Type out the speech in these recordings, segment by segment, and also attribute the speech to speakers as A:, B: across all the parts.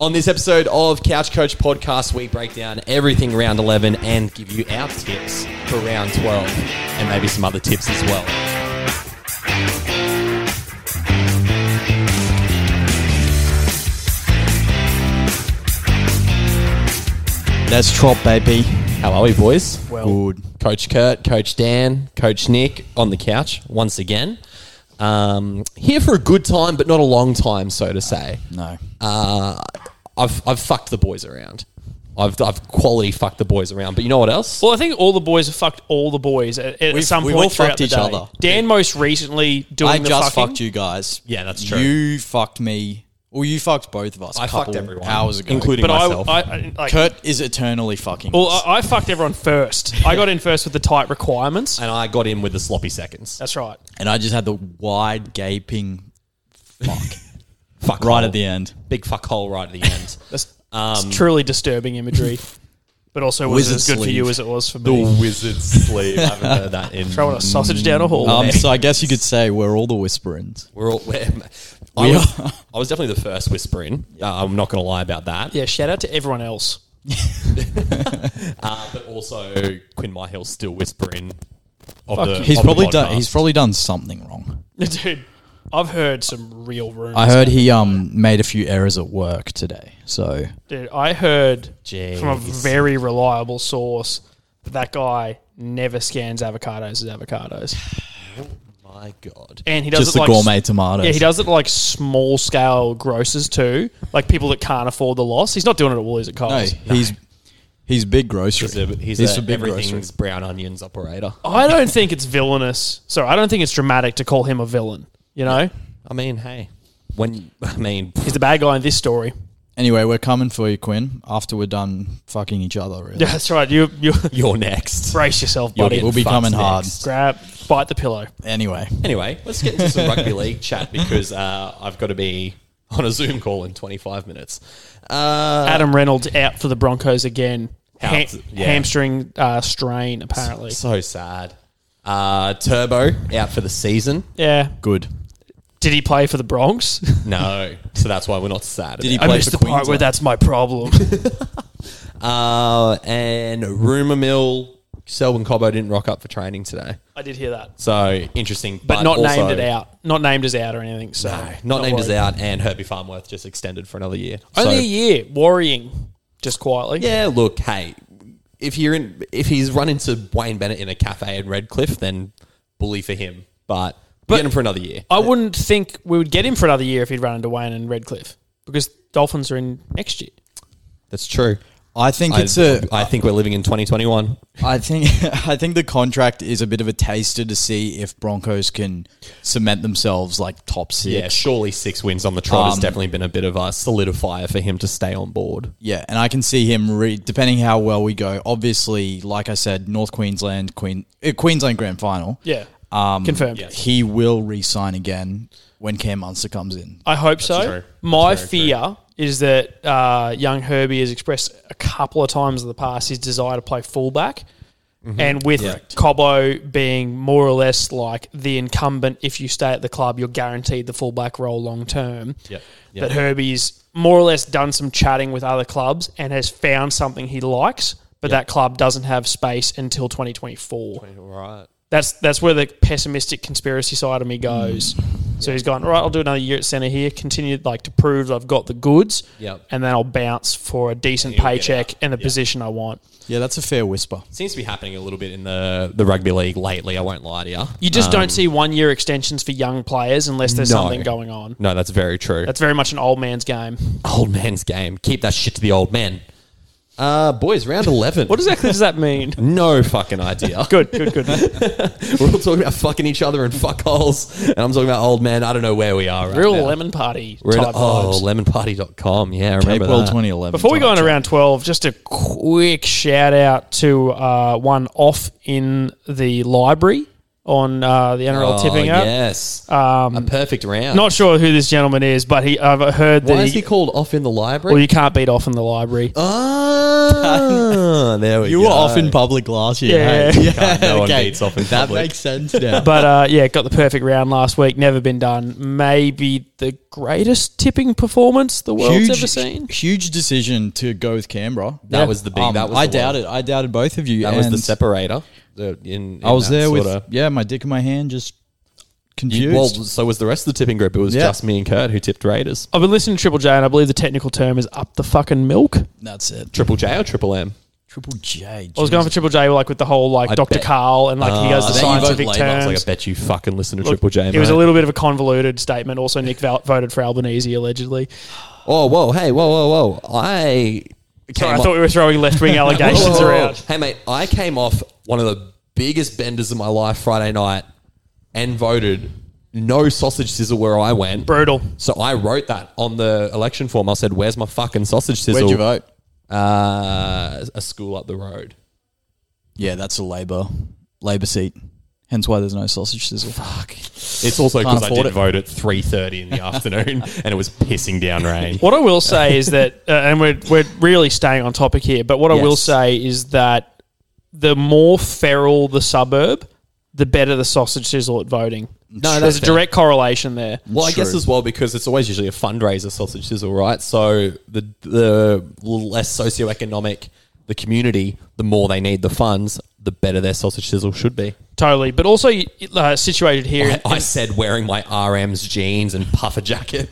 A: On this episode of Couch Coach Podcast, we break down everything round 11 and give you our tips for round 12 and maybe some other tips as well.
B: That's trop, baby.
A: How are we, boys?
B: Good.
A: Coach Kurt, Coach Dan, Coach Nick on the couch once again. Um, here for a good time, but not a long time, so to say.
B: No.
A: Uh, I've, I've fucked the boys around. I've, I've quality fucked the boys around. But you know what else?
C: Well, I think all the boys have fucked all the boys at, at
B: We've-
C: some
B: we've
C: point
B: all
C: throughout
B: fucked
C: the
B: each
C: day.
B: other.
C: Dan most recently doing
B: I
C: the
B: just
C: fucking.
B: fucked you guys.
A: Yeah, that's true.
B: You fucked me. Well, you fucked both of us. a
A: I
B: couple
A: fucked everyone.
B: Hours ago,
A: Including
C: But I,
A: myself.
C: I, I like,
B: Kurt is eternally fucking.
C: well, uh,
B: us.
C: I, I fucked everyone first. I got in first with the tight requirements.
A: and I got in with the sloppy seconds.
C: That's right.
B: and I just had the wide gaping fuck
A: Fuck
B: right
A: hole.
B: at the end.
A: big fuck hole right at the end. Um,
C: That's
B: Um,
C: it's truly disturbing imagery, but also was
B: Wizard
C: as good for
B: sleeve.
C: you as it was for me.
A: wizard's sleeve. I haven't heard that in.
C: Throwing a sausage down a hallway.
B: Um, so I guess you could say we're all the whisperings.
A: We're all. We're, I,
B: We
A: was,
B: are.
A: I was definitely the first whisper in. Uh, I'm not going to lie about that.
C: yeah, shout out to everyone else.
A: Uh, but also, Quinn Myhill still whispering. Of
C: Fuck
A: the,
C: you.
B: He's
A: of the
B: probably done.
A: podcast.
B: He's probably done something wrong.
C: Dude, I've heard some real rumors.
B: I heard he um made a few errors at work today. So
C: Dude, I heard
A: Jeez.
C: from a very reliable source that that guy never scans avocados as avocados,
A: My God.
C: and he does
B: just
C: it
B: the
C: like
B: gourmet tomatoes.
C: Yeah, he does it like small scale grocers too, like people that can't afford the loss. He's not doing it at Woolies at
B: No,
C: Coles.
B: he's he's big grocery.
A: He's a, he's
B: He's
A: a
B: a big
A: everything's
B: grocery.
A: brown onions operator.
C: I don't think it's villainous. Sorry, I don't think it's dramatic to call him a villain. You know,
A: I mean, hey, when I mean,
C: he's the bad guy in this story.
B: Anyway, we're coming for you, Quinn. After we're done fucking each other, really.
C: Yeah, that's right. You you
A: you're next.
C: brace yourself,
A: You're
C: buddy.
A: getting
B: We'll be
A: fucked
B: coming hard.
C: Grab, bite the pillow.
B: Anyway,
A: Anyway, let's get into some rugby league chat because uh, I've got to be on a Zoom call in 25 minutes. Uh,
C: Adam Reynolds out for the Broncos again.
A: Out,
C: Ham-
A: yeah.
C: Hamstring uh, strain, apparently.
A: So sad. Uh, Turbo out for the season.
C: Yeah.
B: good.
C: Did he play for the Bronx?
A: No, so that's why we're not sad.
B: Did he
A: about
C: I
B: play
C: missed
B: for
C: the part where
B: Queensland?
C: that's my problem.
A: it. Uh, and rumor mill. Selwyn Cobbo didn't rock up for training today,
C: I did hear that,
A: so interesting.
C: but, not
A: also-
C: named it out. Not named as out or anything. So
A: No, not, named as
C: worried.
A: out, and Herbie Farmworth just extended for another year.
C: Only
A: So-
C: a year worrying, just quietly.
A: Yeah, look, hey, if you're in, if he's run into Wayne Bennett in a cafe in Redcliffe, then bully for him. But, get him for another year.
C: I wouldn't think we would get him for another year if he'd run into Wayne and Redcliffe because Dolphins are in next year.
A: That's true.
B: I think
A: I,
B: it's a.
A: I think we're living in 2021.
B: I think I think the contract is a bit of a taster to see if Broncos can cement themselves like top six.
A: Yeah, surely six wins on the trot has
B: Um,
A: definitely been a bit of a solidifier for him to stay on board.
B: Yeah, and I can see him re- depending how well we go. Obviously, like I said, North Queensland, Queen uh, Queensland Grand Final.
C: Yeah, um, confirmed.
A: yeah.
B: He will re-sign again when Cam Munster comes in.
C: I hope so.
A: true.
C: My
A: That's very
C: fear is that uh, young Herbie has expressed a couple of times in the past his desire to play fullback.
A: Mm-hmm.
C: And with Cobbo being more or less like the incumbent, if you stay at the club, you're guaranteed the fullback role long term.
A: Yep. Yep.
C: That Herbie's more or less done some chatting with other clubs and has found something he likes, but that club doesn't have space until 2024
A: Right.
C: that's that's where the pessimistic conspiracy side of me goes.
A: Mm.
C: So he's gone, right, I'll do another year at centre here, continue like to prove that I've got the goods,
A: Yep.
C: and then I'll bounce for a decent
A: And he'll get
C: paycheck
A: out.
C: and the
A: Yeah.
C: position I want.
B: Yeah, that's a fair whisper.
A: Seems to be happening a little bit in the, the rugby league lately. I won't lie to Uh, you.
C: You just don't see one year extensions for young players unless there's
A: Um, No.
C: something going on.
A: No, that's very true.
C: That's very much an old man's game.
A: old man's game. Keep that shit to the old man. Uh, boys, round 11.
C: What exactly does that mean?
A: No fucking idea.
C: Good, good, good.
A: We're all talking about fucking each other and fuck holes. And I'm talking about old man. I don't know where we are right
C: Real
A: now.
C: lemon party
A: We're
C: type
A: at, oh,
C: vibes.
A: lemonparty.com. Yeah, I remember
B: April
A: that.
B: 2011.
C: Before we go
B: type
C: into
B: track.
C: round 12, just a quick shout out to uh, one off in the library on uh, the NRL
A: Oh,
C: tipping app.
A: yes. Um, A perfect round.
C: Not sure who this gentleman is, but he I've heard
A: Why
C: that
A: is
C: he,
A: he Oh. called off in the library?
C: well, you can't beat off in the library.
A: Ah, there we
B: You
A: go.
B: were off in public last year.
C: Yeah.
B: hey?
C: Yeah,
A: no one beats off in
B: that
A: public.
B: makes sense now.
C: But uh, yeah, got the perfect round last week. Never been done. Maybe the greatest tipping performance the world's
B: huge,
C: ever seen.
B: huge decision to go with Canberra. Um,
A: That was the big- that was
B: I
A: the one.
B: doubted. I doubted both of you.
A: That was the
B: and
A: separator. the- in- in
B: I was
A: that
B: there with
A: sorta-
B: yeah, my dick in my hand, just confused.
A: You- well, so was the rest of the tipping group. It was
B: Yeah.
A: just me and Kurt who tipped Raiders.
C: I've been listening to Triple J, and I believe the technical term is up the fucking milk.
B: That's it.
A: Triple J or Triple M?
B: Triple J.
C: I was going for Triple J, like with the whole like
A: I
C: Dr.
A: bet-
C: Carl and like he
A: Uh,
C: goes the
B: then you vote
C: scientific
A: I
B: Labour.
A: was like, I
C: terms.
A: bet you fucking listen to
C: Look,
A: Triple J.
C: It was
A: mate.
C: a little bit of a convoluted statement. Also, Nick val- voted for Albanese allegedly.
A: Oh, whoa, hey, whoa, whoa, whoa. I.
C: Sorry,
A: came
C: I
A: off-
C: thought we were throwing left wing
A: Whoa, whoa,
C: allegations
A: whoa, whoa.
C: around.
A: Hey, mate, I came off one of the biggest benders of my life Friday night and voted no sausage sizzle where I went.
C: Brutal.
A: So I wrote that on the election form. I said, "Where's my fucking sausage sizzle?"
B: Where'd you vote?
A: Uh, a school up the road.
B: Yeah, that's a Labour Labour seat. Hence why there's no sausage sizzle. Fuck.
A: It's also
B: Can't
A: because I
B: afford
A: did
B: it.
A: vote at three thirty in the afternoon, and it was pissing down rain.
C: What I will say is that, uh, and we're, we're really staying on topic here, but what I will
A: Yes.
C: say is that the more feral the suburb, the better the sausage sizzle at voting.
A: No,
C: There's
A: that's
C: a
A: fair.
C: direct correlation there.
A: Well, I guess
B: True.
A: as well because it's always usually a fundraiser sausage sizzle, right? So the the less socioeconomic the community, the more they need the funds, the better their sausage sizzle should be.
C: Totally. But also, y- uh, situated here,
A: I, I said wearing my RM's jeans and puffer jacket.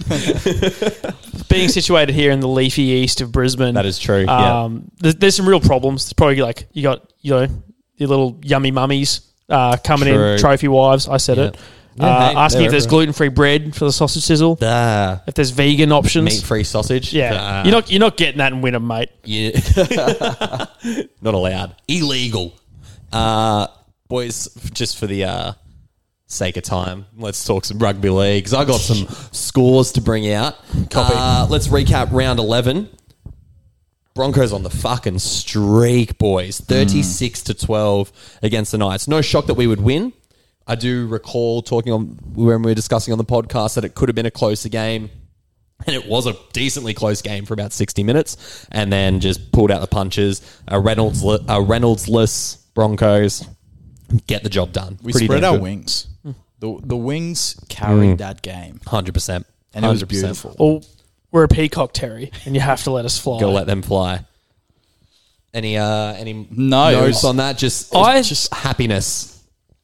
C: being situated here in the leafy east of Brisbane.
A: That is true, yeah.
C: Um, there's, there's some real problems. There's probably like you got you know your little yummy mummies uh, coming
A: True.
C: in, trophy wives. I said it.
A: Yeah,
C: uh,
A: hey,
C: asking if
A: they're
C: there's
A: everywhere.
C: gluten free bread for the sausage sizzle.
A: ah,
C: If there's vegan options,
A: meat free sausage.
C: yeah,
A: Ah.
C: you're not you're not getting that in winter, mate.
A: Yeah. Not allowed. Illegal. Uh, boys, f- just for the uh, sake of time, let's talk some rugby league 'cause I got some scores to bring out.
C: Copy.
A: Uh, let's recap round 11. Broncos on the fucking streak, boys. 36 to 12 against the Knights. No shock that we would win. I do recall talking on when we were discussing on the podcast that it could have been a closer game. And it was a decently close game for about 60 minutes and then just pulled out the punches. A Reynolds a Reynoldsless Broncos get the job done.
B: We
A: Pretty
B: spread
A: damn
B: our
A: good.
B: wings.
A: Hmm.
B: The the wings carried
A: Mm.
B: that game.
A: 100%.
B: And it was
A: 100%.
B: beautiful.
C: Or we're a peacock, Terry, and you have to let us fly.
A: Go let them fly. Any uh any
B: No, it
A: notes
B: was-
A: on that? Just
C: I-
A: just happiness.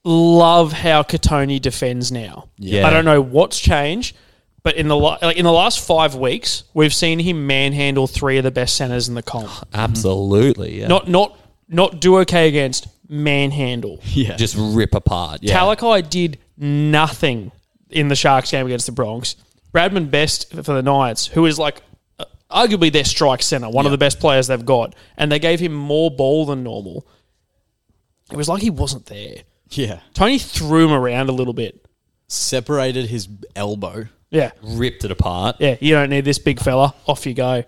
C: love how Katoni defends now.
A: Yeah.
C: I don't know what's changed, but in the la- like in the last five weeks, we've seen him manhandle three of the best centers in the comp.
A: Absolutely. Yeah.
C: Not not not do okay against manhandle.
B: Yeah.
A: just rip apart. Yeah.
C: Talakai did nothing in the Sharks game against the Bronx. Bradman Best for the Knights, who is like uh, arguably their strike center, one of the best players they've got, and they gave him more ball than normal. It was like he wasn't there.
B: yeah.
C: Tony threw him around a little bit.
B: Separated his elbow.
C: Yeah.
A: ripped it apart.
C: Yeah, you don't need this big fella. Off you go.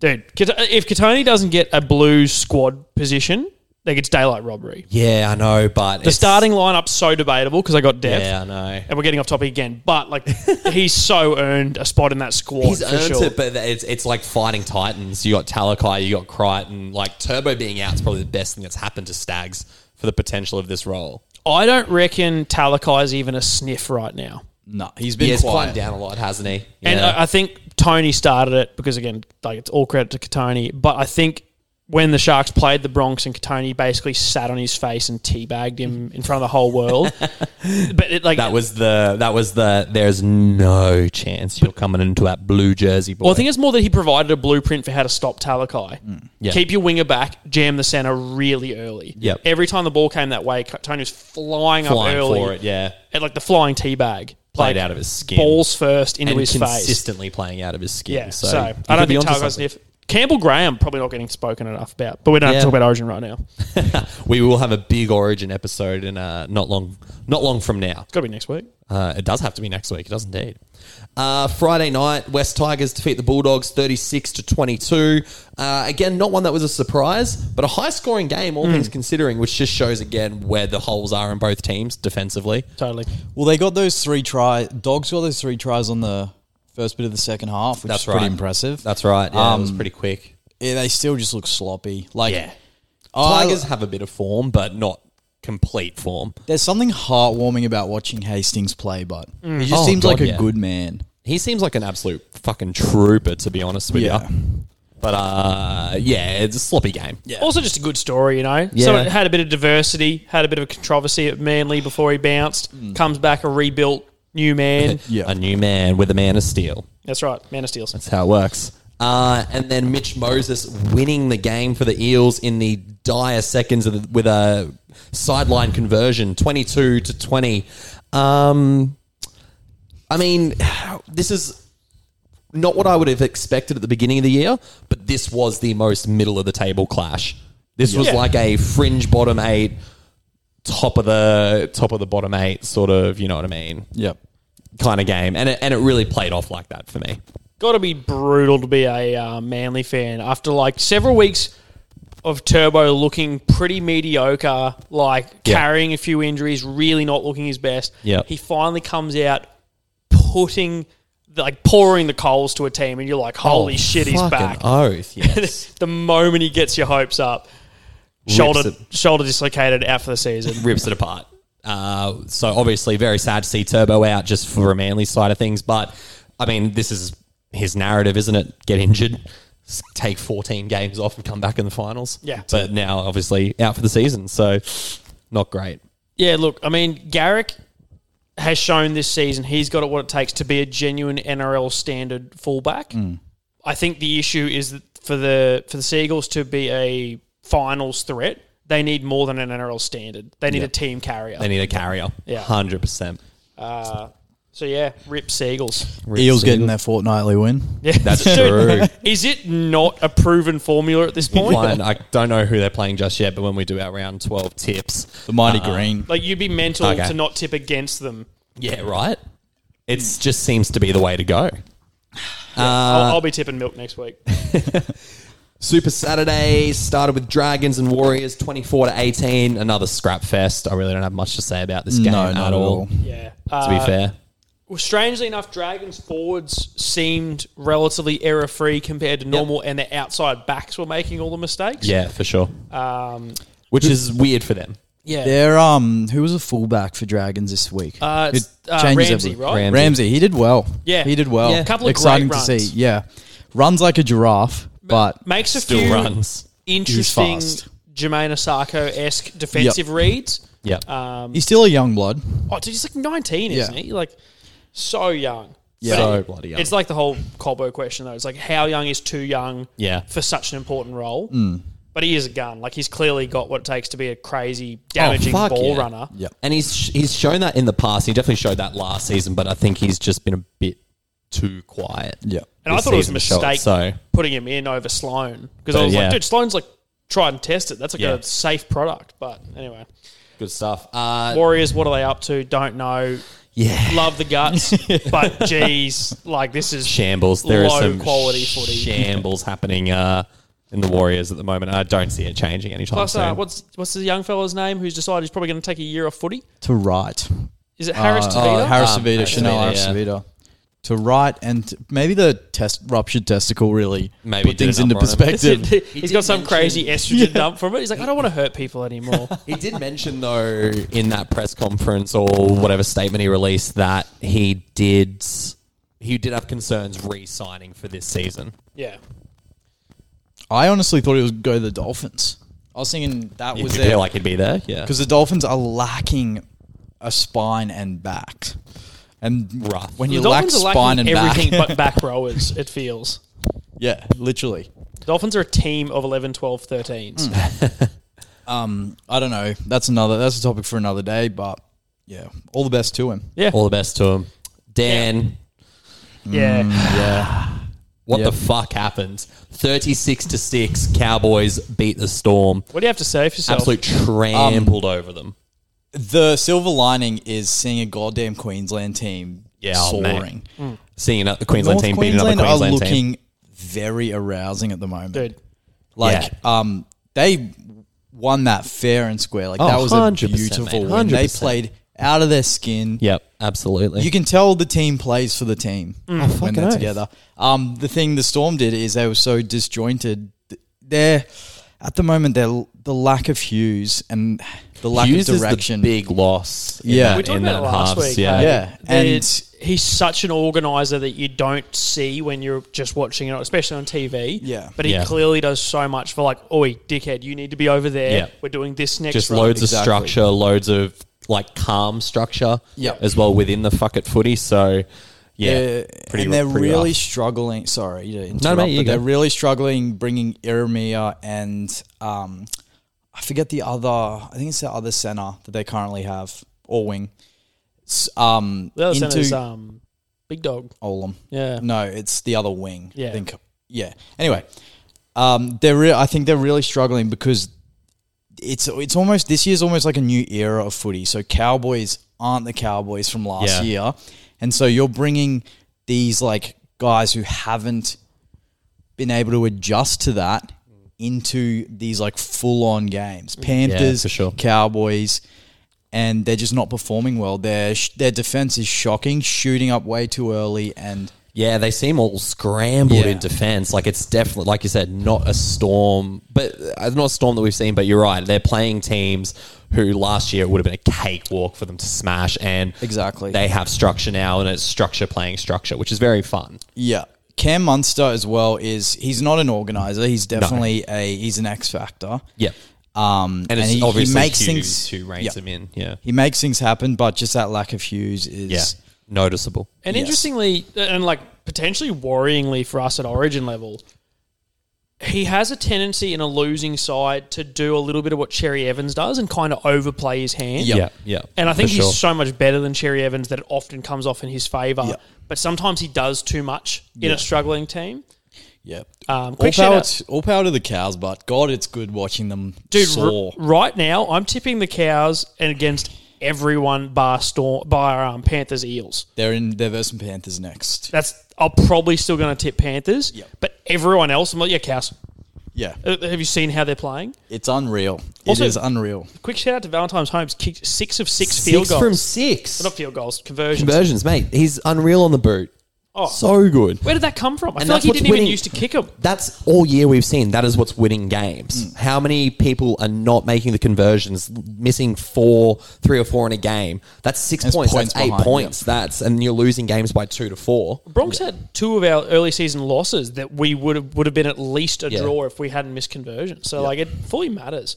C: Dude, Kat- if Katoni doesn't get a blue squad position, then it's daylight robbery.
A: Yeah, I know, but
C: The starting lineup's so debatable because I got depth.
A: Yeah, I know.
C: And we're getting off topic again, but like he's so earned a spot in that squad.
A: He's
C: for
A: earned
C: sure.
A: it, but it's it's like fighting titans. You got Talakai, you got Crichton. Like Turbo being out is probably the best thing that's happened to Stags for the potential of this role.
C: I don't reckon Talakai's even a sniff right now.
B: No, he's been
A: He has
B: quiet.
A: climbed down a lot, hasn't he?
C: And
A: Yeah.
C: I, I think Tony started it because again, like it's all credit to Katoni. But I think when the Sharks played the Bronx and Katoni basically sat on his face and teabagged him in front of the whole world. but it, like
A: that was the that was the. There's no chance you're coming into that blue jersey. Boy.
C: Well, I think it's more that he provided a blueprint for how to stop Talakai.
A: Yeah.
C: Keep your winger back, jam the center really early.
A: Yep.
C: Every time the ball came that way, Tony was flying,
A: flying
C: up early
A: for it. Yeah,
C: at like the flying tea bag.
A: Played out of his skin.
C: Balls first into
A: and
C: his face.
A: consistently playing out of his skin.
C: Yeah. So,
A: so, he
C: I
A: could
C: don't
A: be
C: think
A: onto
C: Talakai's
A: something.
C: sniff. Campbell Graham probably not getting spoken enough about, but we don't
A: Yeah.
C: have to talk about Origin right now. It's
A: We will have a big Origin episode in uh, not long not long from now.
C: got to be next week.
A: Uh, it does have to be next week. It does indeed. Uh, Friday night, West Tigers defeat the Bulldogs 36 to 22. Uh, again, not one that was a surprise, but a high scoring game,
C: Hmm.
A: all things considering, which just shows again where the holes are in both teams defensively.
C: Totally.
B: Well, they got those three tries. Dogs got those three tries on the first bit of the second half, which
A: That's
B: is pretty
A: right.
B: impressive. Um,
A: That's right. Yeah, it was pretty quick.
B: yeah, they still just look sloppy. Like,
A: Yeah.
B: I-
A: Tigers have a bit of form, but not complete form.
C: Mm.
B: there's something heartwarming about watching Hastings play, but he just
A: Oh,
B: seems
A: God,
B: like a
A: yeah.
B: good man.
A: He seems like an absolute fucking trooper, to be honest with
B: Yeah.
A: you. But uh, yeah, it's a sloppy game. Yeah.
C: Also, just a good story, you know. So
A: Yeah.
C: it had a bit of diversity, had a bit of a controversy at Manly before he bounced.
A: Mm.
C: Comes back a rebuilt new man.
B: Yeah.
A: A new man with a man of steel.
C: That's right, Man of Steel's.
A: That's how it works. Uh, and then Mitch Moses winning the game for the Eels in the dire seconds of the, with a sideline conversion, twenty-two to twenty. Um, I mean, this is not what I would have expected at the beginning of the year, but this was the most middle of the table clash. This was
C: Yeah.
A: like a fringe bottom eight, top of the top of the bottom eight sort of. You know what I mean?
B: Yep.
A: Kind of game, and it, and it really played off like that for me.
C: Got to be brutal to be a uh, Manly fan after like several weeks of Turbo looking pretty mediocre, like
A: Yeah.
C: carrying a few injuries, really not looking his best.
A: Yeah.
C: he finally comes out putting like pouring the coals to a team, and you're like, holy
A: Oh,
C: shit, he's
A: fucking
C: back.
A: Oath, yes.
C: the moment he gets your hopes up, shoulder
A: it.
C: shoulder dislocated out for the season.
A: Rips it apart. Uh, so obviously, very sad to see Turbo out just for a manly side of things. But I mean, this is his narrative, isn't it? Get injured, s- take 14 games off, and come back in the finals.
C: Yeah.
A: But now, obviously, out for the season. So not great.
C: yeah, look, I mean, Garrick has shown this season he's got it what it takes to be a genuine NRL standard fullback.
A: Mm.
C: I think the issue is that for the for the Seagulls to be a finals threat, they need more than an NRL standard. They need a team carrier.
A: They need a carrier.
C: Yeah.
A: 100%.
C: so yeah, rip Seagulls.
B: Eels getting their fortnightly win.
C: Yeah.
A: That's
C: Dude,
A: true.
C: Is it not a proven formula at this point?
A: One, I don't know who they're playing just yet, but when we do our round 12 tips,
B: The mighty
C: Uh-uh.
B: green.
C: Like you'd be mental
A: Okay.
C: to not tip against them.
A: yeah, right? It
C: Hmm.
A: just seems to be the way to go. Uh,
C: I'll, I'll be tipping milk next week.
A: Super Saturday started with Dragons and Warriors 24 to 18. Another scrap fest. I really don't have much to say about this game
B: No,
A: at,
B: not at
A: all,
B: all.
C: Yeah. Uh,
A: to be fair.
C: Well, strangely enough, Dragons forwards seemed relatively error free compared to normal, and their outside backs were making all the mistakes.
A: Yeah, for sure.
C: Um,
A: Which is weird for them.
C: yeah.
B: They're um who was a fullback for Dragons this week?
C: Uh, it's,
B: It
C: uh,
B: changes
C: Ramsey,
B: every-
C: right?
A: Ramsey.
B: Ramsey. he did well.
C: Yeah.
B: He did well.
A: Yeah.
C: Couple of
B: Exciting
C: great
B: to
C: runs.
B: see. Yeah. Runs like a giraffe, but
C: Makes a
A: Still
C: few
A: runs.
C: interesting
B: He's fast.
C: Jermaine Asako esque defensive reads.
A: Yeah.
C: Um,
B: he's still a young blood.
C: oh, dude, he's like 19, isn't
B: Yeah.
C: he? Like, so young.
B: Yeah.
C: But
A: So bloody young.
C: It's like the whole Colbo question, though. It's like, how young is too young
A: Yeah. Hmm.
C: for such an important role? But he is a gun. Like, he's clearly got what it takes to be a crazy, damaging
A: Oh, fuck
C: ball
A: yeah.
C: runner.
B: Yeah.
A: And he's he's shown that in the past. He definitely showed that last season, but I think he's just been a bit too quiet.
B: Yeah.
C: And I
A: this
C: thought it was a
A: season to show it,
C: mistake
A: so-
C: putting him in over Sloan. Because I
A: But
C: was
A: yeah.
C: like, dude, Sloan's like tried and tested. That's like
A: Yeah.
C: a safe product. But anyway,
A: Good stuff. Uh,
C: Warriors, what are they up to? Don't know.
A: yeah.
C: Love the guts. but geez, like, this is
A: Shambles. There is
C: Low
A: some
C: quality footy.
A: shambles happening uh, in the Warriors at the moment. I don't see it changing anytime
C: Plus,
A: soon.
C: uh, what's what's the young fella's name who's decided he's probably going to take a year off footy?
B: To right.
C: Is it Harris
B: Oh,
C: Tavita?
B: Harris
A: Um,
B: Savita,
A: Uh, Harris
B: Chanel
A: Tavita,
B: Harris
A: yeah.
B: Tavita. To right and t- maybe the test ruptured testicle really
A: Maybe
B: put
A: did a
B: things into
A: number on him.
B: perspective.
C: he's got some crazy estrogen dump from it. He's like, I don't want to hurt people anymore.
A: He did mention though in that press conference or whatever statement he released that he did he did have concerns re-signing for this season.
C: yeah.
B: I honestly thought it would go to the Dolphins. I was thinking that
A: Did
B: was
A: you
B: their
A: feel like he'd be there? Yeah,
B: because the Dolphins are lacking a spine and back. And
A: Rough.
B: when
C: The
B: you lack
C: Dolphins are
B: spine and
C: lacking everything
B: back,
C: but back rowers, it feels.
B: yeah, literally.
C: Dolphins are a team of 11, 12, 13s.
A: Hmm.
B: Um, I don't know. That's another. That's a topic for another day. But yeah, all the best to him.
C: Yeah.
A: all the best to him, Dan.
C: yeah.
A: hmm.
B: Yeah,
A: What
B: Yep.
A: the fuck happened? Thirty-six to six, Cowboys beat the Storm.
C: What do you have to say for yourself?
A: Absolute
B: um,
A: trampled over them.
B: the silver lining is seeing a goddamn Queensland team
A: Yeah, oh, mate.
B: soaring.
A: Seeing another Queensland
B: North
A: team beat
B: Queensland
A: another
B: are
A: Queensland team.
B: looking very arousing at the moment.
C: Dude.
B: Like, um, they won that fair and square. Like
A: Oh,
B: that was
A: 100%,
B: a beautiful
A: mate,
B: win. They
A: 100%.
B: played out of their skin.
A: Yep, absolutely.
B: You can tell the team plays for the team when they're
A: Mm. Oh, oath.
B: together. Um, the thing the Storm did is they were so disjointed. They're at the moment they're the lack of Hughes and the lack
A: Hughes
B: of
A: is
B: direction.
A: the big loss. in
B: Yeah.
A: that-
B: We
C: We talked
A: in
C: about it
A: that
C: last
A: halves,
C: week.
A: yeah.
C: hey.
B: Yeah,
C: That
B: and-
C: it's- he's such an organizer that you don't see when you're just watching it, especially on TV.
B: Yeah.
C: but he
A: Yeah.
C: clearly does so much for like, oi, dickhead, you need to be over there.
A: Yeah.
C: We're doing this next.
A: just
C: run."
A: loads of
B: Exactly.
A: structure, loads of like calm structure,
B: Yep.
A: as well within the fuck it footy. So yeah,
B: They're-
A: pretty.
B: Uh, and they're
A: pretty
B: really
A: rough.
B: struggling. Sorry to interrupt,
A: mate, you
B: but
A: go.
B: they're really struggling bringing Iremia and um, I forget the other. I think it's the other center that they currently have or wing. It's, um,
C: The other
B: into
C: center's um, big dog.
B: Olam.
C: Yeah.
B: No, it's the other wing.
C: Yeah.
B: I think. Yeah. Anyway, um, they're. Re- I think they're really struggling because it's it's almost this year's almost like a new era of footy. So Cowboys aren't the Cowboys from
A: Yeah.
B: last year, and so you're bringing these like guys who haven't been able to adjust to that into these like full on games. Panthers,
A: for sure.
B: Cowboys, and they're just not performing well. Their sh- their defense is shocking, shooting up way too early, and
A: Yeah, they seem all scrambled
B: Yeah.
A: in defense. Like it's definitely, like you said, not a storm, but uh, not a storm that we've seen. But you're right; they're playing teams who last year it would have been a cakewalk for them to smash, and
B: Exactly.
A: they have structure now, and it's structure playing structure, which is very fun.
B: yeah. Cam Munster as well is he's not an organizer. He's definitely a he's an X factor.
A: Yeah,
B: Um,
A: and it's
B: he, he
A: obviously
B: makes
A: Hughes
B: things
A: who reins
B: yeah.
A: them in. Yeah,
B: He makes things happen, but just that lack of Hughes is
A: yeah, noticeable.
C: And
B: Yes.
C: interestingly, and like potentially worryingly for us at Origin level, he has a tendency in a losing side to do a little bit of what Cherry Evans does and kind of overplay his hand.
B: Yeah.
A: Yeah, yeah,
C: And I think
A: for
C: he's
A: sure.
C: so much better than Cherry Evans that it often comes off in his favour.
B: Yeah.
C: But sometimes he does too much in a struggling team.
B: yeah.
C: Um,
B: all
C: quick shout
B: power,
C: out,
B: to, all power to the cows, but God, it's good watching them
C: dude.
B: soar.
C: r- right now, I'm tipping the cows and against everyone bar storm bar um, Panthers Eels.
B: they're in they're versus Panthers next.
C: That's I'm probably still going to tip Panthers.
B: Yep.
C: But everyone else, I'm like, yeah, cows.
B: Yeah,
C: Uh, Have you seen how they're playing?
B: it's unreal.
C: Also-
B: it is unreal.
C: Quick shout out to Valentine's Holmes. Kicked six of six, field
A: six
C: goals.
A: from six
C: Not field goals, conversions.
A: conversions, mate. He's unreal on the boot.
C: Oh.
A: so good.
C: Where did that come from? I
A: And
C: feel like
A: that's
C: he
A: what's
C: didn't even
A: winning.
C: used to kick them.
A: that's all year we've seen. That is what's winning
C: Mm.
A: games. How many people are not making the conversions, missing four, three or four in a game? That's six
B: That's
A: points.
B: points
A: that's eight
B: behind,
A: points. That's and you're losing games by two to four.
C: Bronx had two of our early season losses that we would have would have been at least a
A: Yeah.
C: draw if we hadn't missed conversion. So like it fully matters.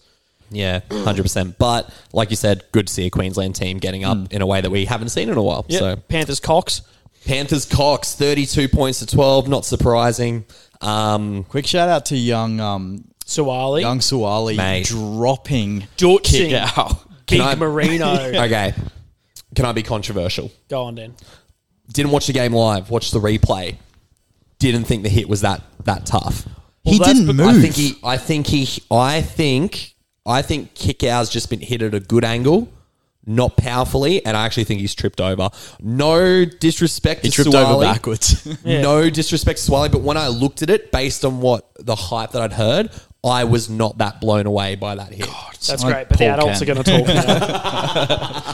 A: Yeah, hundred percent. But like you said, good to see a Queensland team getting up in a way that we haven't seen in a while.
C: Mm. Yeah.
A: So
C: Panthers Cox.
A: Panthers Cox thirty two points to twelve. Not surprising. Um,
B: Quick shout out to young um,
C: Suwali.
B: young Suwali
A: Mate.
B: dropping
C: Dortching.
B: kick out.
C: Big
A: I-
C: Marino.
A: okay, can I be controversial?
C: Go on then.
A: didn't watch the game live, watched the replay. Didn't think the hit was that that tough.
B: He
C: that's
B: didn't
C: be-
B: move.
A: I think he I think he I think I think Kickout's just been hit at a good angle, not powerfully, and I actually think he's tripped over. No disrespect
B: He
A: to
B: tripped
A: Suwali.
B: over backwards.
A: No disrespect to Swally, but when I looked at it based on what the hype that I'd heard, I was not that blown away by that hit.
C: That's
B: Like
C: great. But the
B: Paul
C: adults
B: Ken.
C: are going to talk now.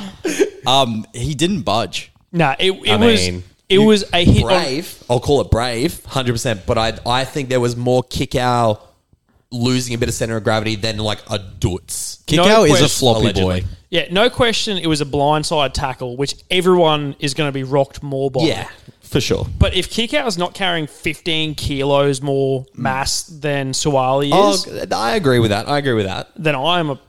B: um, he didn't budge.
C: nah, it, it
A: I
C: was
A: mean,
C: it was a hit on
A: brave. I'll call it brave, hundred percent. But I I think there was more kick out losing a bit of center of gravity than like a dutz.
B: Kickout
C: No
B: is a
C: question.
B: floppy
A: Allegedly.
B: boy.
C: Yeah, no question it was a blindside tackle, which everyone is going to be rocked more by.
A: Yeah, for sure.
C: But if Kikau is not carrying 15 kilos more
A: Mm.
C: mass than Suwali is,
A: Oh, I agree with that. I agree with that.
C: then I'm a.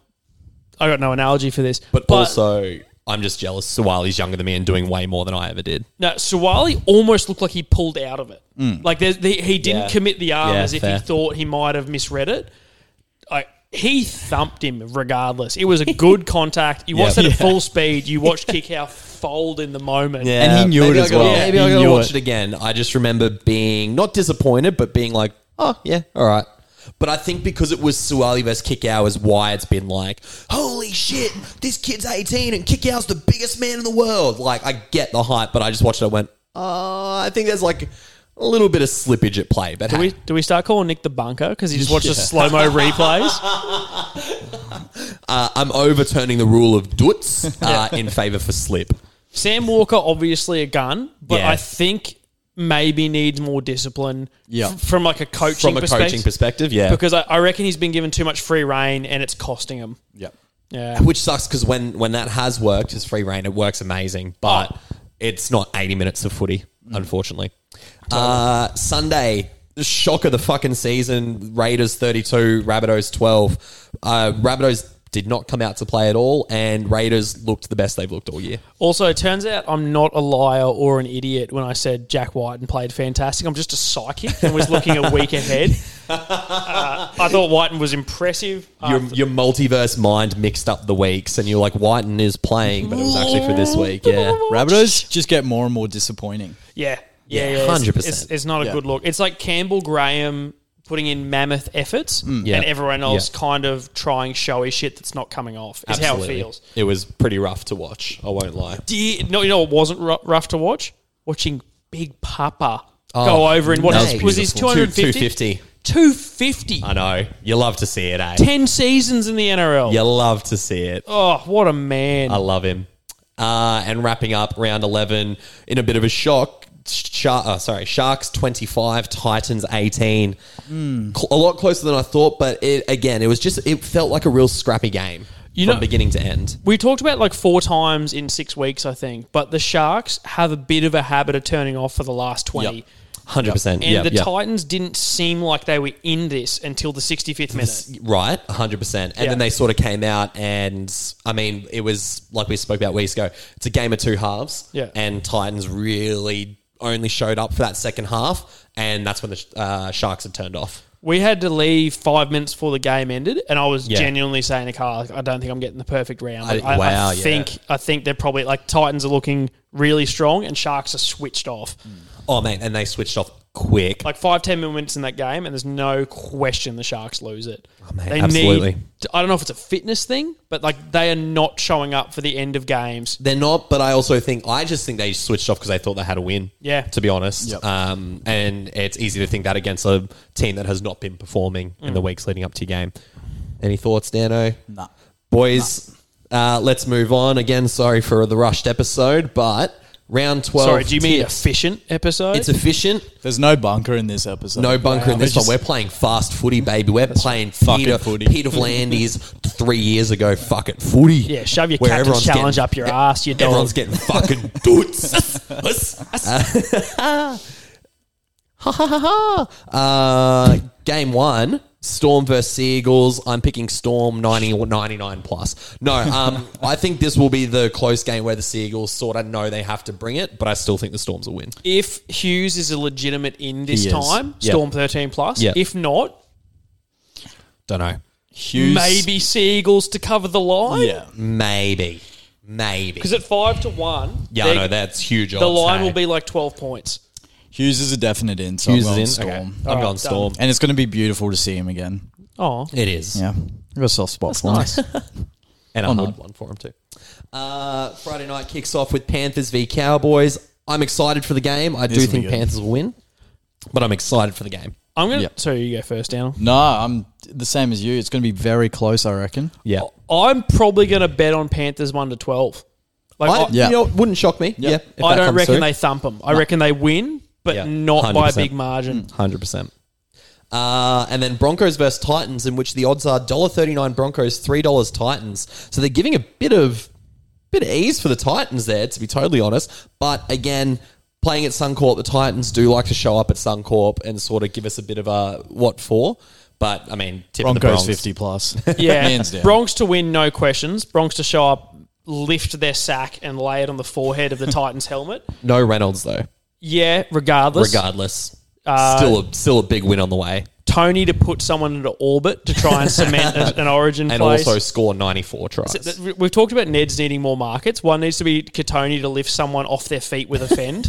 C: I got no analogy for this.
A: But, also, I'm just jealous. Suwali's younger than me and doing way more than I ever did.
C: No, Suwali almost looked like he pulled out of it. Like there's the, he didn't
A: Mm. Yeah.
C: commit the arm
A: Yeah,
C: as if
A: fair.
C: he thought he might have misread it. I, he thumped him regardless. It was a good contact. You watched
B: Yeah.
C: it at full speed. You watched Kikau fold in the moment.
B: And he knew
A: maybe
B: it
A: I
B: as
A: gotta-
B: well.
A: Maybe
B: He
A: I gotta
B: knew
A: watch
B: it.
A: it. again. I just remember being not disappointed, but being like, oh yeah, all right. But I think because it was Suwali versus Kickow is why it's been like, holy shit, this kid's 18 and Kickow's the biggest man in the world. Like, I get the hype, but I just watched it and went, uh, I think there's like a little bit of slippage at play. But
C: Do
A: hey,
C: we, do we start calling Nick the bunker because he just watches slow mo replays?
A: uh, I'm overturning the rule of Dutz uh, in favor for slip.
C: Sam Walker, obviously a gun, but
A: Yeah.
C: I think maybe needs more discipline
B: Yeah.
C: f- from like a coaching
A: from a
C: perspective.
A: coaching perspective, yeah.
C: because I, I reckon he's been given too much free reign and it's costing him.
B: Yeah.
C: Yeah.
A: Which sucks because when when that has worked, his free reign, it works amazing, but it's not eighty minutes of footy, unfortunately. Uh, Sunday, shock of the fucking season: Raiders thirty-two, Rabbitohs twelve. Uh, Rabbitohs did not come out to play at all, and Raiders looked the best they've looked all year.
C: Also, it turns out I'm not a liar or an idiot when I said Jack White and played fantastic. I'm just a psychic and was looking a week ahead. Uh, I thought Whiten was impressive. Um,
A: Your,
C: after-
A: your multiverse mind mixed up the weeks, and you're like, Whiten is playing, but it was actually for this week. Yeah,
B: Rabbitohs just get more and more disappointing.
C: yeah. Yeah. yeah, it's-
A: 100%.
C: It's, it's not a
B: Yeah.
C: good look. It's like Campbell Graham putting in mammoth efforts
A: Yeah.
C: and everyone else
A: Yeah.
C: kind of trying showy shit that's not coming off is how it feels.
A: It was pretty rough to watch. I won't lie.
C: Do you, no, you know what wasn't ru- rough to watch? Watching Big Papa
A: Oh,
C: go over and what
A: that
C: was,
A: was
C: was his
A: beautiful.
C: 250?
A: 250.
C: 250.
A: I know. You love to see it, eh?
C: 10 seasons in the NRL.
A: You love to see it.
C: Oh, what a man.
A: I love him. Uh, and wrapping up round 11 in a bit of a shock. Shark, oh, sorry, Sharks 25, Titans 18.
C: Hmm.
A: Cl- a lot closer than I thought, but it, again, it was just, it felt like a real scrappy game
C: You
A: from
C: know-
A: beginning to end.
C: we talked about like four times in six weeks, I think, but the Sharks have a bit of a habit of turning off for the last 20.
A: 100%.
C: And
A: yeah,
C: the
A: yeah.
C: Titans didn't seem like they were in this until the 65th minute.
A: Right, 100%. And
C: Yeah.
A: then they sort of came out, and I mean, it was like we spoke about weeks ago it's a game of two halves.
C: Yeah.
A: And Titans really only showed up for that second half, and that's when the uh, Sharks had turned off.
C: We had to leave five minutes before the game ended, and I was
A: Yeah.
C: genuinely saying to Carl, like, I don't think I'm getting the perfect round.
A: I-
C: I, I
A: wow, yeah.
C: think I think they're probably like Titans are looking really strong, and Sharks are switched off.
A: Oh, man. And they switched off quick.
C: Like five ten minutes in that game, and there's no question the Sharks lose it.
A: mate, Oh, absolutely.
C: Need, I don't know if it's a fitness thing, but like they are not showing up for the end of games.
A: They're not, but I also think I just think they switched off because they thought they had a win.
C: Yeah.
A: to be honest.
B: Yep.
A: Um, and it's easy to think that against a team that has not been performing in the
C: Mm.
A: weeks leading up to your game. Any thoughts, Dano?
B: Nah.
A: Boys, uh, let's move on. Again, sorry for the rushed episode, but round twelve.
C: Sorry, do you mean
A: tips.
C: efficient episode?
A: it's efficient?
B: There's no bunker in this episode.
A: No bunker in this
B: We're just-
A: one. We're playing fast footy, baby. We're playing Peter,
B: footy.
A: Peter Vlandy's three years ago. Fucking footy.
C: yeah, shove your
A: Where
C: captain's
A: everyone's
C: challenge
A: getting-
C: up your ass, you dog.
A: Everyone's getting fucking dudes. Uh, Ha ha ha ha. Uh, Game one, Storm versus Seagulls. I'm picking Storm 90, 99 plus. No, um, I think this will be the close game where the Seagulls sort of know they have to bring it, but I still think the Storms will win.
C: if Hughes is a legitimate in this
B: He is.
C: time,
A: Yeah.
C: Storm 13 plus.
A: Yeah.
C: If not,
A: Don't know.
B: Hughes.
C: maybe Seagulls to cover the line.
B: Yeah.
A: Maybe. Maybe.
C: Because at five to one,
A: yeah, I
C: they're-
A: know that's huge.
C: the line will be like 12 points.
B: Hughes is a definite in, so
A: Hughes
B: I'm
A: is
B: going
A: in.
B: Storm.
A: Okay. I'm
C: All right,
A: going Storm.
B: And it's going to be beautiful to see him again.
C: Oh,
A: It is.
B: Yeah. I've got a soft spot for
C: nice.
B: him.
A: and a hard one for him too. Uh, Friday night kicks off with Panthers v Cowboys. I'm excited for the game. I do
B: will be
A: think
B: good.
A: Panthers will win, but I'm excited for the game.
C: I'm going to.
B: Yeah.
C: So you go first, Daniel.
B: No, I'm the same as you. It's going to be very close, I reckon.
A: Yeah,
C: I'm probably going to bet on Panthers 1 to 12. Like, I,
A: I,
B: Yeah.
A: you know, it wouldn't shock me. Yeah, if
C: I
A: that
C: don't
A: comes
C: reckon
A: through.
C: they thump them. I reckon they win, but
A: Yeah,
C: not by a
A: 100%. Mm.
C: big margin.
A: Hundred percent. Uh, and then Broncos versus Titans, in which the odds are $1.39 Broncos, $3 Titans. So they're giving a bit of bit of ease for the Titans there, to be totally honest. But again, playing at Suncorp, the Titans do like to show up at Suncorp and sort of give us a bit of a what for. But I mean, tip the
B: Broncos
A: Broncos
B: 50 plus.
C: Yeah.
B: Hands down.
C: Bronx to win, no questions. Bronx to show up, lift their sack, and lay it on the forehead of the Titans' helmet.
A: No Reynolds though.
C: Yeah, regardless.
A: Regardless, still a still a big win on the way,
C: Tony to put someone into orbit to try and cement a- an origin
A: and
C: place.
A: also score ninety four tries.
C: Th- th- We've talked about Neds needing more markets. One needs to be Katoni to lift someone off their feet with a fend.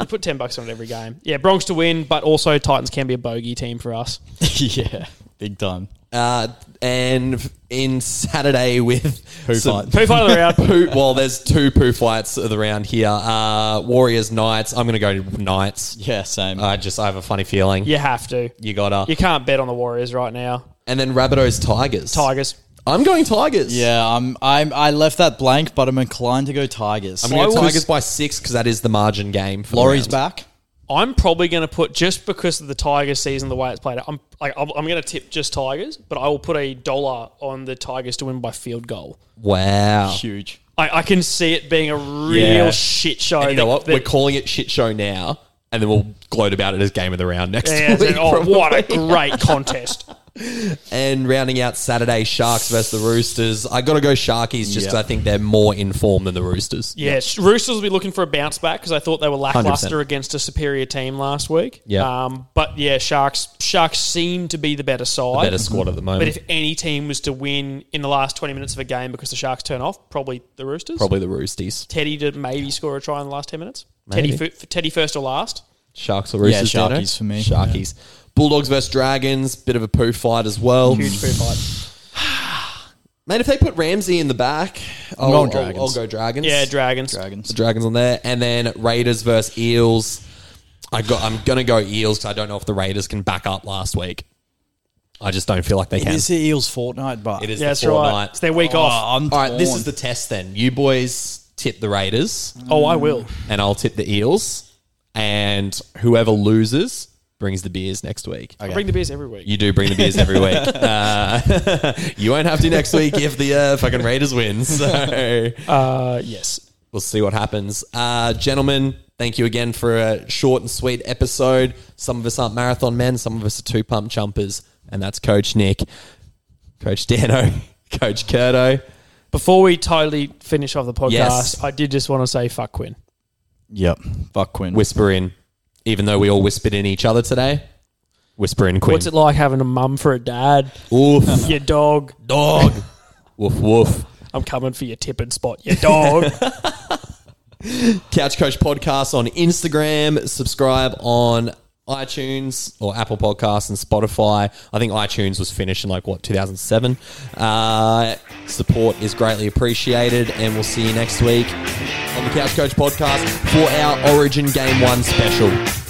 C: We put 10 bucks on it every game. Yeah, Bronx to win, but also Titans can be a bogey team for us.
B: yeah. Big time.
A: Uh, and in Saturday with
B: Poo
A: some-
B: fight.
C: Poo fight of the round.
A: poo. Well, there's two poo flights of the round here. Uh, Warriors Knights. I'm gonna go Knights.
B: Yeah, same.
A: I just I have a funny feeling.
C: You have to.
A: You gotta.
C: You can't bet on the Warriors right now.
A: and then Rabbitohs Tigers.
C: Tigers.
A: I'm going Tigers.
B: yeah, I'm, I'm, I left that blank, but I'm inclined to go Tigers.
A: I'm going
C: I
A: to
C: was-
A: Tigers by six because that is the margin game. For the
B: Laurie's
A: round.
B: back.
C: I'm probably going to put just because of the Tigers season, the way it's played out. I'm like I'm, I'm going to tip just Tigers, but I will put a dollar on the Tigers to win by field goal.
A: Wow.
B: Huge.
C: I, I can see it being a real
A: Yeah.
C: shit show.
A: And you know
C: that-
A: what?
C: that-
A: We're calling it shit show now, and then we'll gloat about it as game of the round next
C: yeah, it's
A: week.
C: like, oh,
A: probably.
C: what a great contest!
A: And rounding out Saturday, Sharks versus the Roosters. I got to go Sharkies just 'cause I think they're more informed than the Roosters.
C: Yes, Roosters will be looking for a bounce back because I thought they were lackluster against a superior team last week.
A: Yeah.
C: um, but yeah, Sharks Sharks seem to be the better side,
A: Better squad at the moment.
C: But if any team was to win in the last 20 minutes of a game because the Sharks turn off, probably the Roosters.
A: probably the Roosties.
C: Teddy to maybe score a try in the last 10 minutes.
A: Maybe.
C: Teddy f- Teddy first or last.
A: Sharks or Roosters?
B: Yeah,
A: Dino?
B: Sharkies for me.
A: Sharkies. Bulldogs versus Dragons. Bit of a poo fight as well.
C: Huge food fight.
A: Man, if they put Ramsey in the back, I'll,
B: going
A: I'll-
B: Dragons.
A: I'll go Dragons.
C: Yeah, Dragons.
A: the
B: Dragons.
A: Dragons on there, and then Raiders versus Eels. I got. I'm gonna go Eels because I don't know if the Raiders can back up last week. I just don't feel like they
B: It
A: can.
B: is the Eels' fortnight, but
A: It is
C: Yeah,
A: the
C: that's right.
A: fortnight.
C: It's their week off.
B: Oh, I'm
A: All right, this
B: torn.
A: is the test. Then you boys tip the Raiders,
C: Oh, I will.
A: and I'll tip the Eels, and whoever loses brings the beers next week.
C: I bring the beers every week.
A: You do bring the beers every week. Uh, you won't have to next week if the uh, fucking Raiders win. So
C: Uh, yes.
A: we'll see what happens. Uh, gentlemen, thank you again for a short and sweet episode. Some of us aren't marathon men, some of us are two pump jumpers, and that's Coach Nick, Coach Dano, Coach Curto.
C: Before we totally finish off the podcast,
A: Yes.
C: I did just want to say fuck Quinn.
B: Yep. Fuck Quinn.
A: Whisper in, even though we all whispered in each other today. Whisper in, Quinn.
C: What's it like having a mum for a dad?
A: Woof,
C: Your dog.
A: dog. woof, woof.
C: I'm coming for your tipping spot. Your dog.
A: Couch Coach Podcast on Instagram. Subscribe on iTunes or Apple Podcasts and Spotify. I think iTunes was finished in like what 2007. Uh, support is greatly appreciated, and we'll see you next week on the Couch Coach Podcast for our Origin Game One special.